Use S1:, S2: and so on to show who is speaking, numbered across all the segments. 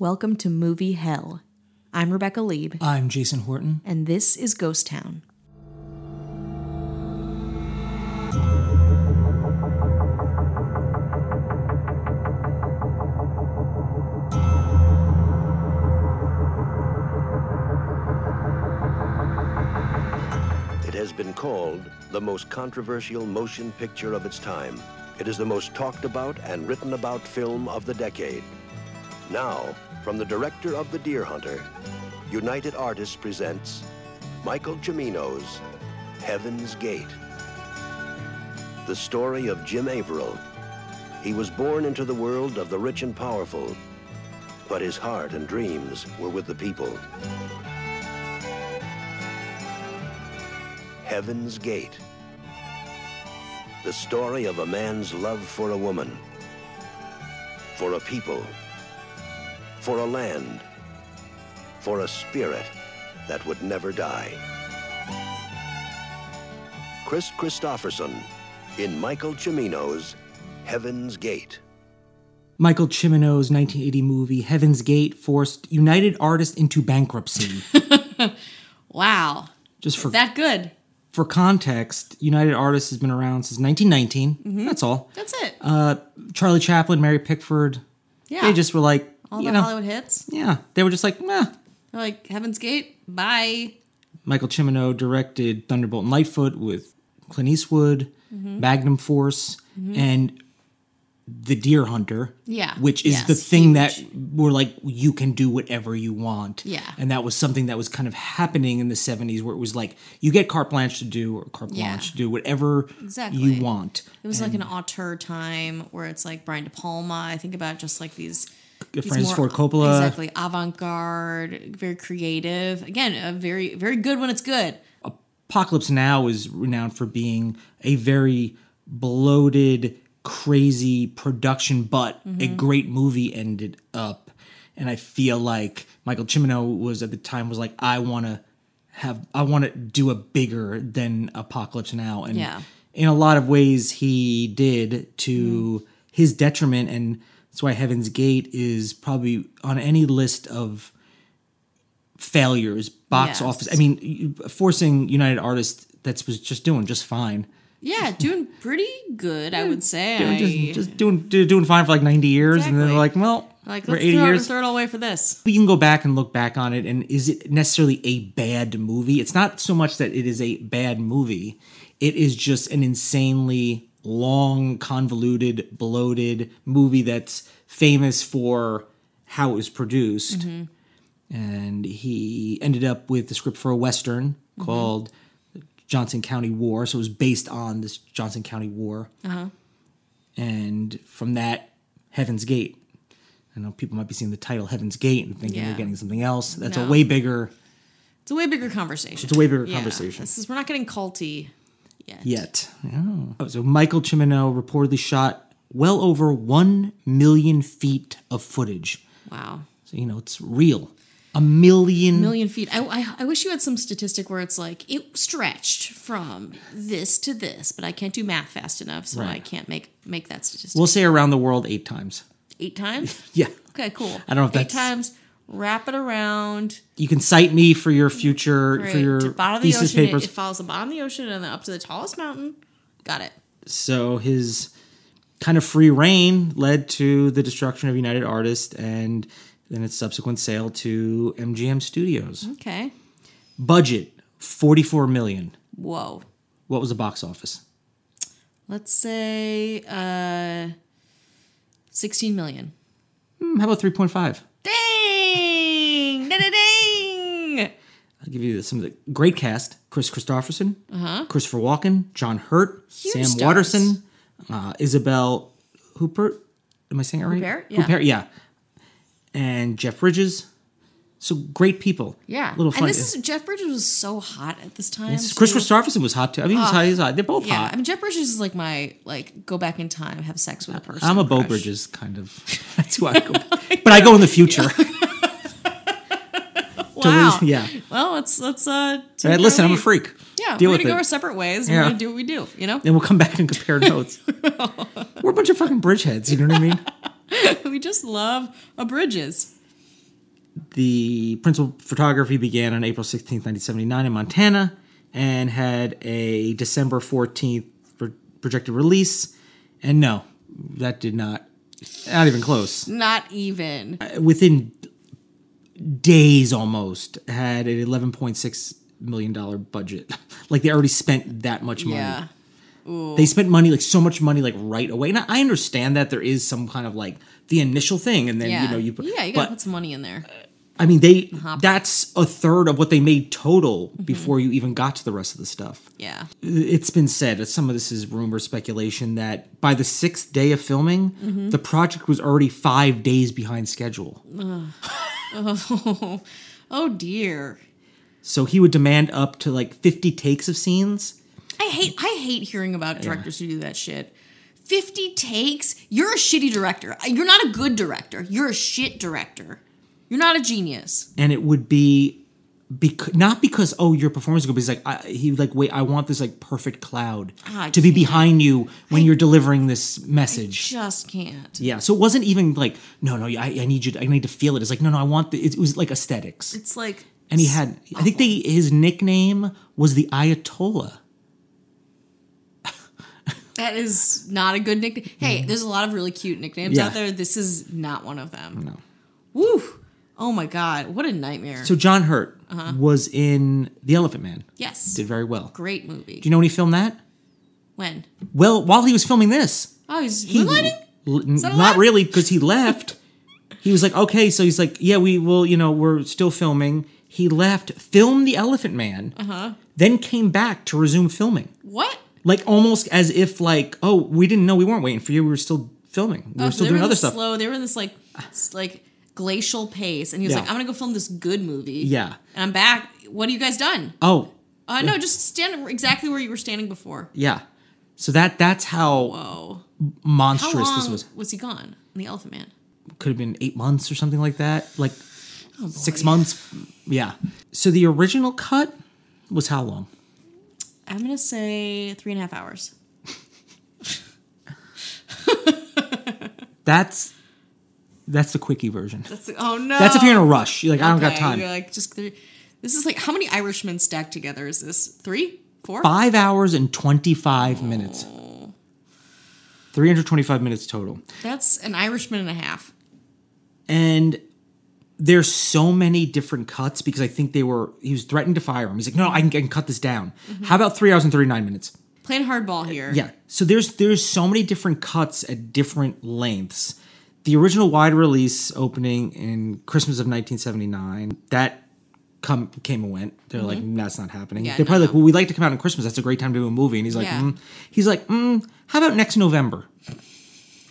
S1: Welcome to Movie Hell. I'm Rebecca Lieb,
S2: I'm Jason Horton.
S1: and this is Ghost Town.
S3: It has been called the most controversial motion picture of its time. It is the most talked about and written about film of the decade. Now, from the director of The Deer Hunter, United Artists presents Michael Cimino's Heaven's Gate. The story of Jim Averill. He was born into the world of the rich and powerful, but his heart and dreams were with the people. Heaven's Gate. The story of a man's love for a woman, for a people, for a land, for a spirit that would never die. Chris Christopherson in Michael Cimino's Heaven's Gate.
S2: Michael Cimino's 1980 movie Heaven's Gate forced United Artists into bankruptcy.
S4: Wow.
S2: Just for
S4: That good.
S2: for context, United Artists has been around since 1919.
S4: Mm-hmm.
S2: That's all.
S4: That's it.
S2: Uh, Charlie Chaplin, Mary Pickford,
S4: yeah.
S2: they just were like,
S4: all
S2: you
S4: the
S2: know,
S4: Hollywood hits.
S2: yeah, they were just like, nah.
S4: They're like Heaven's Gate. Bye.
S2: Michael Cimino directed Thunderbolt and Lightfoot with Clint Eastwood,
S4: Mm-hmm.
S2: Magnum Force, and The Deer Hunter.
S4: Yeah.
S2: Which is
S4: Yes.
S2: the thing that we're like, you can do whatever you want.
S4: Yeah.
S2: And that was something that was kind of happening in the 70s where it was like, you get carte blanche to do or carte
S4: Yeah.
S2: blanche to do whatever
S4: Exactly.
S2: you want.
S4: It was like an auteur time where it's like Brian De Palma. I think about just like these. these
S2: Francis
S4: more-
S2: Ford Coppola.
S4: Exactly. Avant garde, very creative. Again, a very, very good when it's good.
S2: Apocalypse Now is renowned for being a very bloated, crazy production, but a great movie ended up. And I feel like Michael Cimino was at the time was like, I want to have, I want to do a bigger than Apocalypse Now, and
S4: Yeah.
S2: in a lot of ways he did to his detriment, and that's why Heaven's Gate is probably on any list of failures, box
S4: Yes.
S2: office. I mean, you- forcing United Artists that was just doing just fine.
S4: Yeah, doing pretty good, I would say.
S2: They were
S4: I-
S2: Just, just doing do- doing fine for like ninety years, and then they're like,
S4: Exactly.
S2: well,
S4: like,
S2: we're
S4: let's
S2: eighty
S4: throw,
S2: years.
S4: throw it all away for this.
S2: We can go back and look back on it, and is it necessarily a bad movie? It's not so much that it is a bad movie; it is just an insanely long, convoluted, bloated movie that's famous for how it was produced. And he ended up with the script for a western
S4: Mm-hmm.
S2: called Johnson County War. So it was based on this Johnson County War.
S4: Uh-huh.
S2: And from that, Heaven's Gate. I know people might be seeing the title Heaven's Gate and thinking they're
S4: Yeah.
S2: getting something else. That's a
S4: No.
S2: way bigger,
S4: It's a way bigger conversation.
S2: it's a way bigger
S4: Yeah,
S2: conversation
S4: This is, we're not getting culty yet.
S2: yet. Oh, so Michael Cimino reportedly shot well over 1 million feet of footage.
S4: Wow.
S2: So, you know, it's real. A million.
S4: million feet. I, I, I wish you had some statistic where it's like it stretched from this to this, but I can't do math fast enough, so I
S2: Right.
S4: can't make make that statistic.
S2: We'll say around the world eight times.
S4: Eight times.
S2: Yeah.
S4: Okay, cool.
S2: I don't know if
S4: eight
S2: that's-
S4: times. Wrap it around
S2: You can cite me for your future,
S4: right,
S2: for
S4: to
S2: your
S4: bottom of the
S2: thesis
S4: ocean. It,
S2: papers.
S4: it follows the bottom of the ocean and then up to the tallest mountain. Got it.
S2: so his kind of free reign led to the destruction of United Artists and then its subsequent sale to MGM Studios.
S4: Okay.
S2: Budget 44 million.
S4: Whoa.
S2: What was the box office?
S4: Let's say uh, sixteen million.
S2: Hmm, how about 3.5?
S4: Dang! Da-da-dang!
S2: I'll give you some of the great cast: Chris Christopherson, Christopher Walken, John Hurt, Sam
S4: Uh-huh. stars.
S2: Waterson, uh, Isabel Hooper. Am I saying it right?
S4: Huppert? Yeah.
S2: Huppert, yeah. And Jeff Bridges, So great people.
S4: Yeah.
S2: Little
S4: And
S2: funny.
S4: this is Jeff Bridges was so hot at this time.
S2: Yes. Chris
S4: too.
S2: Christopherson was hot too. I mean, he was hot. He's hot. They're both
S4: Oh, Yeah,
S2: hot.
S4: I mean Jeff Bridges is like my like go back in time, have sex with a person.
S2: I'm a Bo
S4: crush.
S2: Bridges kind of. That's who I go. but I go in the future.
S4: Wow.
S2: yeah.
S4: Well, let's let's uh. take
S2: All right, listen,
S4: our
S2: I'm a
S4: lead.
S2: freak.
S4: Yeah,
S2: Deal
S4: we're
S2: with
S4: gonna go
S2: it.
S4: our separate ways. and
S2: Yeah.
S4: We're gonna do what we do. You know,
S2: Then we'll come back and compare notes. We're a bunch of fucking bridgeheads. You know what I mean?
S4: we just love a Bridges.
S2: the principal photography began on April 16, 1979 in Montana and had a December 14th pro- projected release. And no, that did not, not even close.
S4: Not even.
S2: Within days almost, had an $11.6 million budget. like they already spent that much money.
S4: yeah.
S2: They spent money, like so much money, like right away. And I I understand that there is some kind of like the initial thing. And then,
S4: Yeah.
S2: you know, you put,
S4: yeah, you
S2: but-
S4: gotta put some money in there.
S2: I mean, they that's a third of what they made total
S4: Mm-hmm.
S2: before you even got to the rest of the stuff.
S4: Yeah.
S2: It's been said, that some of this is rumor speculation, that by the sixth day of filming,
S4: Mm-hmm.
S2: the project was already five days behind schedule.
S4: Oh, oh dear.
S2: So he would demand up to like 50 takes of scenes.
S4: I hate I hate hearing about directors who do that shit. 50 takes? You're a shitty director. You're not a good director. You're a shit director. You're not a genius.
S2: And it would be bec- not because, oh, your performance is good, but he's like, I, he would like, wait, I want this like perfect cloud
S4: Ah, I
S2: to be
S4: can't.
S2: behind you when you're delivering this message.
S4: Just can't.
S2: Yeah, so it wasn't even like no, no. I, I need you. To, I need to feel it. It's like no, no. I want. The, it, was like aesthetics,
S4: It's like
S2: and he had. I think they his nickname was the Ayatollah.
S4: that is not a good nickname. Hey, there's a lot of really cute nicknames
S2: Mm-hmm. Yeah.
S4: out there. This is not one of them. No. Woo. Oh my god, what a nightmare.
S2: So John Hurt
S4: Uh-huh.
S2: was in The Elephant Man.
S4: yes.
S2: Did very well.
S4: Great movie.
S2: Do you know when he filmed that?
S4: when?
S2: Well, while he was filming this,
S4: Oh, he's
S2: he
S4: moonlighting?
S2: l- n-
S4: that
S2: not
S4: allowed?
S2: really because he left. he was like, okay, so he's like, yeah, we will. You know, we're still filming. He left, filmed The Elephant Man,
S4: Uh-huh.
S2: then came back to resume filming.
S4: What?
S2: like almost as if like oh we didn't know we weren't waiting for you we were still filming we
S4: Oh,
S2: were
S4: so
S2: still
S4: they were
S2: doing
S4: in
S2: other
S4: this
S2: stuff
S4: Slow. They were in this like s- like glacial pace, and he was
S2: Yeah.
S4: like, "I'm gonna go film this good movie."
S2: Yeah.
S4: And I'm back. What have you guys done?
S2: oh
S4: Uh, no, just stand exactly where you were standing before.
S2: yeah so that that's how
S4: Whoa. How
S2: monstrous
S4: long
S2: this
S4: was.
S2: was
S4: he gone? In the Elephant Man.
S2: could have been eight months or something like that like
S4: Oh,
S2: six months yeah so the original cut was how long
S4: I'm gonna say three and a half hours.
S2: that's that's the quickie version
S4: That's oh no.
S2: that's if you're in a rush you're like i don't got
S4: Okay,
S2: time
S4: You're like just three. This is like how many Irishmen stacked together is this? Three, four?
S2: five hours and 25 minutes
S4: Oh.
S2: 325 minutes total
S4: That's an Irishman and a half.
S2: and there's so many different cuts because I think they were he was threatened to fire him. He's like, no, I can, I can cut this down. How about three hours and thirty nine minutes?
S4: Playing hardball here.
S2: Yeah. So there's there's so many different cuts at different lengths. The original wide release opening in Christmas of 1979 that come came and went. They're like, "Mm, that's not happening.
S4: Mm-hmm. Yeah,
S2: They're probably
S4: no,
S2: like, well, we like to come out on Christmas. That's a great time to do a movie. And he's like,
S4: Yeah.
S2: mm. he's like, mm, how about next November?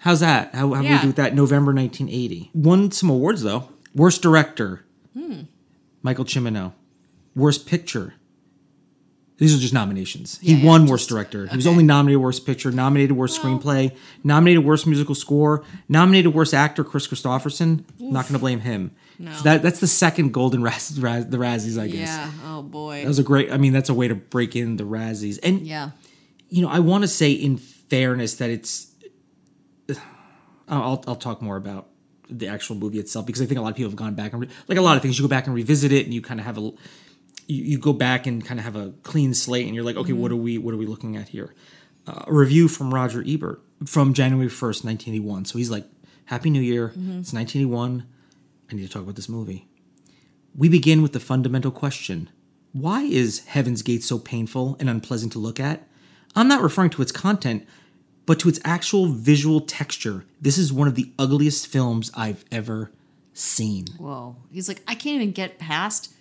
S2: How's that? How, how do we
S4: Yeah.
S2: do that? November 1980. Won some awards though. Worst director,
S4: Hmm.
S2: Michael Cimino. Worst picture. These are just nominations.
S4: Yeah,
S2: he
S4: yeah,
S2: won worst director. He was only nominated worst picture, nominated worst screenplay, nominated worst musical score, nominated worst actor. Chris Christopherson. Not going to blame him. So that that's the second golden Raz, Raz, the Razzies, I guess.
S4: Yeah. Oh boy.
S2: That was a great. I mean, that's a way to break in the Razzies. And
S4: yeah.
S2: you know, I want to say in fairness that it's. I'll- I'll I'll talk more about the actual movie itself because I think a lot of people have gone back and re- like a lot of things you go back and revisit it and you kind of have a you, you go back and kind of have a clean slate and you're like okay what are we what are we looking at here uh, a review from Roger Ebert from January 1st 1981 so he's like happy new year it's 1981 I need to talk about this movie we begin with the fundamental question Why is Heaven's Gate so painful and unpleasant to look at? I'm not referring to its content, but to its actual visual texture. This is one of the ugliest films I've ever seen.
S4: Whoa. He's like, I can't even get past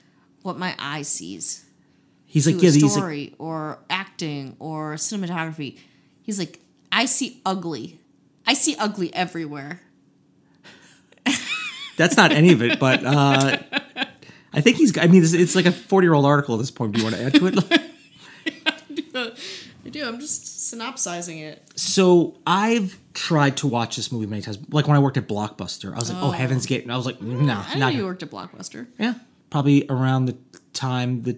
S4: what my eye sees.
S2: He's
S4: To
S2: like, yeah,
S4: a
S2: he's like,
S4: story or acting or cinematography. He's like, I see ugly. I see ugly everywhere.
S2: that's not any of it, but uh, I think he's. I mean, it's, it's like a forty-year-old article at this point. Do you want to add to it?
S4: I do. I'm just synopsizing it.
S2: so I've tried to watch this movie many times. Like when I worked at Blockbuster, I was like, "Oh, Heaven's Gate," and I was like, "No,
S4: I didn't
S2: not."
S4: know you worked at Blockbuster.
S2: Yeah, probably around the time the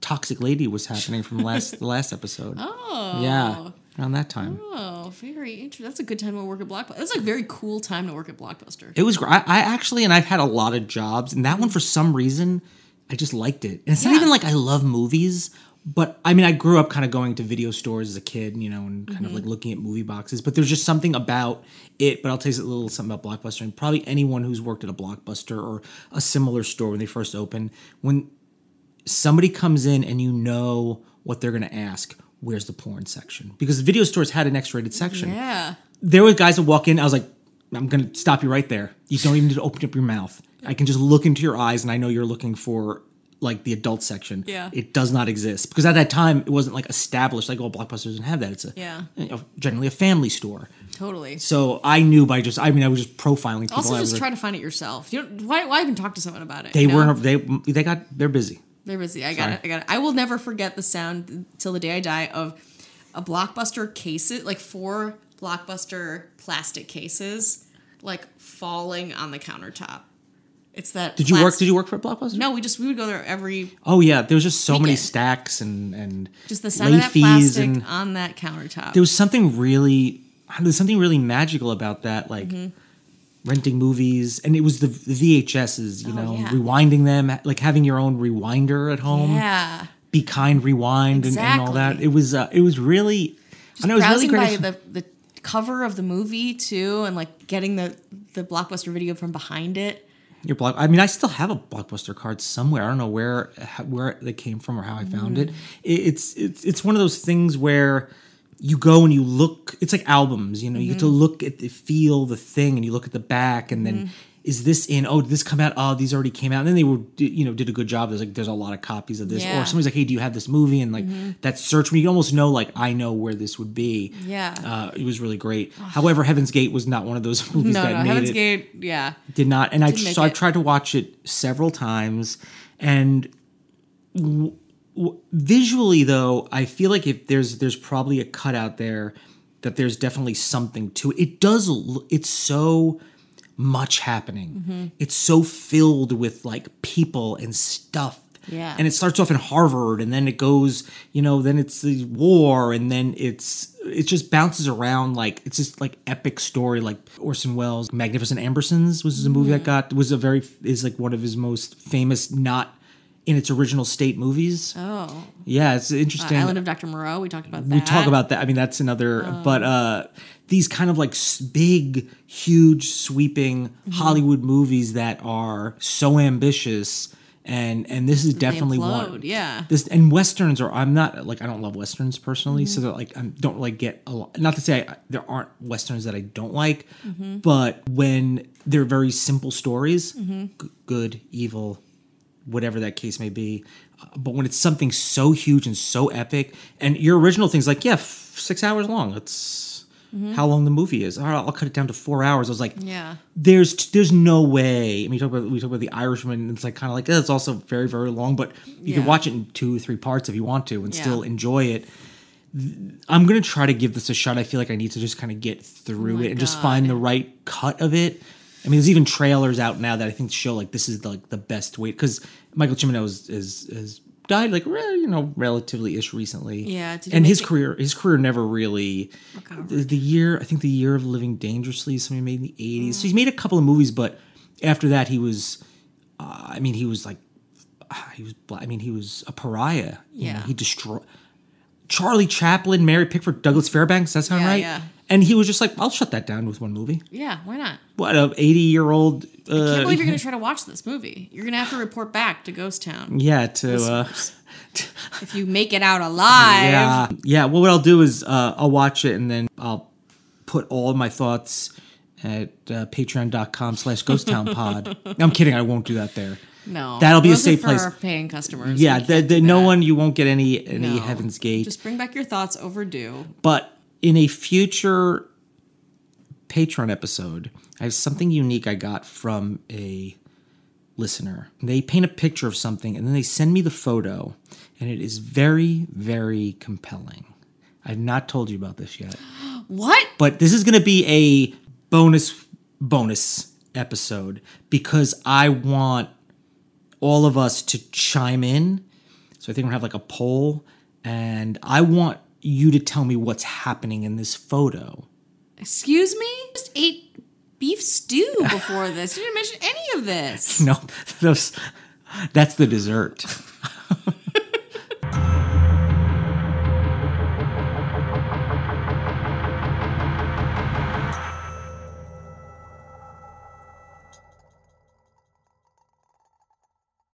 S2: Toxic Lady was happening from last the last episode.
S4: Oh.
S2: Yeah, around that time.
S4: Oh, very interesting. That's a good time to work at Blockbuster. That's a very cool time to work at Blockbuster.
S2: It was great. I, I actually, and I've had a lot of jobs, and that one for some reason, I just liked it. And it's not
S4: Yeah.
S2: even like I love movies, but I mean, I grew up kind of going to video stores as a kid, you know, and kind
S4: Mm-hmm.
S2: of like looking at movie boxes. But there's just something about it. But I'll tell you a little something about Blockbuster, and probably anyone who's worked at a Blockbuster or a similar store when they first open, when somebody comes in and you know what they're going to ask. Where's the porn section? Because video stores had an X-rated section
S4: Yeah.
S2: there were guys that walk in. I was like, I'm gonna stop you right there. You don't even need to open up your mouth. I can just look into your eyes, and I know you're looking for like the adult section.
S4: Yeah.
S2: it does not exist because at that time it wasn't like established. Like, oh, Blockbuster doesn't have that. It's a
S4: Yeah.
S2: you know, generally a family store.
S4: Totally.
S2: So I knew by just, I mean, I was just profiling people.
S4: Also,
S2: I was
S4: just try
S2: like,
S4: to find it yourself. You don't, why, why even talk to someone about it?
S2: They
S4: you know?
S2: weren't. They they got. They're busy.
S4: They're busy. I got it. I got it. I will never forget the sound till the day I die of a blockbuster cases, like four blockbuster plastic cases, like falling on the countertop. It's that.
S2: Did you work?
S4: plas-
S2: Did you work for Blockbuster?
S4: No, we just we would go there every
S2: Oh yeah, there was just so many
S4: Weekend.
S2: stacks and and
S4: just the sound
S2: late
S4: of that
S2: fees
S4: plastic
S2: and-
S4: on that countertop.
S2: there was something really there's something really magical about that like
S4: Mm-hmm.
S2: renting movies and it was the, the vhs's you
S4: Oh,
S2: know
S4: yeah.
S2: rewinding them like having your own rewinder at home
S4: yeah,
S2: be kind rewind and, and all that
S4: Exactly.
S2: it was uh, it was really
S4: just
S2: I know it was really
S4: browsing
S2: great
S4: by the the cover of the movie too, and like getting the the blockbuster video from behind it.
S2: your block i mean i still have a blockbuster card somewhere i don't know where how- where they came from or how i found
S4: Mm.
S2: it. it it's it's it's one of those things where you go and you look it's like albums you know you get
S4: Mm-hmm.
S2: to look at the feel the thing and you look at the back and then is this in oh did this come out oh these already came out and then they were d- you know did a good job there's like there's a lot of copies of this
S4: Yeah. Mm-hmm.
S2: or somebody's like hey do you have this movie and like that search when you almost know like i know where this would be
S4: Yeah.
S2: uh, it was really great however heaven's gate was not one of those movies
S4: No,
S2: that
S4: no,
S2: made
S4: Heaven's
S2: it
S4: Gate. Yeah,
S2: did not and i
S4: Didn't make
S2: so i
S4: it.
S2: tried to watch it several times and w- w- visually though i feel like if there's there's probably a cut out there that there's definitely something to it it does l- it's so much happening
S4: Mm-hmm.
S2: it's so filled with like people and stuff
S4: Yeah.
S2: and it starts off in harvard and then it goes you know then it's the war and then it's it just bounces around like it's just like epic story like orson welles magnificent ambersons was a movie
S4: Mm-hmm.
S2: that got was a very is like one of his most famous not in its original state movies
S4: Oh,
S2: yeah it's interesting
S4: Island of Dr. Moreau. We talked about that. Oh.
S2: we talk about that. I mean, that's another. but uh, these kind of like s- big, huge, sweeping
S4: Mm-hmm.
S2: Hollywood movies that are so ambitious, and and this is definitely one.
S4: implode, yeah.
S2: This and westerns are. I'm not like I don't love westerns personally,
S4: Mm-hmm.
S2: so that like I don't like get a lot. Not to say I, there aren't westerns that I don't like,
S4: Mm-hmm.
S2: but when they're very simple stories,
S4: Mm-hmm.
S2: g- good, evil, whatever that case may be. Uh, But when it's something so huge and so epic, and your original thing's like, yeah, f- six hours long. That's how long the movie is. All right, I'll cut it down to four hours. I was like,
S4: Yeah.
S2: there's there's no way. I mean, we talk about we talk about the Irishman. And it's like kind of like eh, it's also very very long, but you can
S4: Yeah.
S2: watch it in two three parts if you want to, and
S4: Yeah.
S2: still enjoy it. Th- I'm gonna try to give this a shot. I feel like I need to just kind of get
S4: Oh
S2: through it and just find the right cut of it. I mean, there's even trailers out now that I think show like this is like the best way because Michael Cimino is is, is died like re- you know relatively ish recently.
S4: Yeah, did he
S2: and his
S4: make it-
S2: career his career never really the, the year I think the year of living dangerously is something he made in the 80s. So
S4: Mm.
S2: he's made a couple of movies, but after that he was uh, I mean he was like ah, he was black. I mean he was a pariah. You know,
S4: Yeah.
S2: he destroyed Charlie Chaplin, Mary Pickford, Douglas Fairbanks. That's sound
S4: Yeah,
S2: right.
S4: yeah.
S2: And he was just like, I'll shut that down with one movie.
S4: Yeah, why not?
S2: What a eighty year
S4: I
S2: old.
S4: can't
S2: Uh,
S4: believe you're going to try to watch this movie. You're going to have to report back to Ghost Town
S2: yeah, to uh,
S4: if you make it out alive.
S2: yeah, yeah. Well, what I'll do is uh, I'll watch it and then I'll put all my thoughts at uh, patreon.com slash ghost town pod i'm kidding i won't do that there
S4: No,
S2: That'll be a
S4: those are
S2: safe
S4: for
S2: place.
S4: Our paying customers.
S2: yeah
S4: We
S2: the,
S4: can't
S2: the,
S4: do
S2: no
S4: that.
S2: one you won't get any any
S4: No.
S2: heaven's gate
S4: Just bring back your thoughts overdue.
S2: But in a future Patreon episode, I have something unique I got from a listener. They paint a picture of something and then they send me the photo, and it is very, very compelling. I've not told you about this yet,
S4: What?
S2: but this is going to be a bonus, bonus episode because I want all of us to chime in. So I think we're going to have like a poll, and I want you to tell me what's happening in this photo.
S4: Excuse me? I just ate beef stew before this. You didn't mention any of this.
S2: Nope. Those, that's the dessert.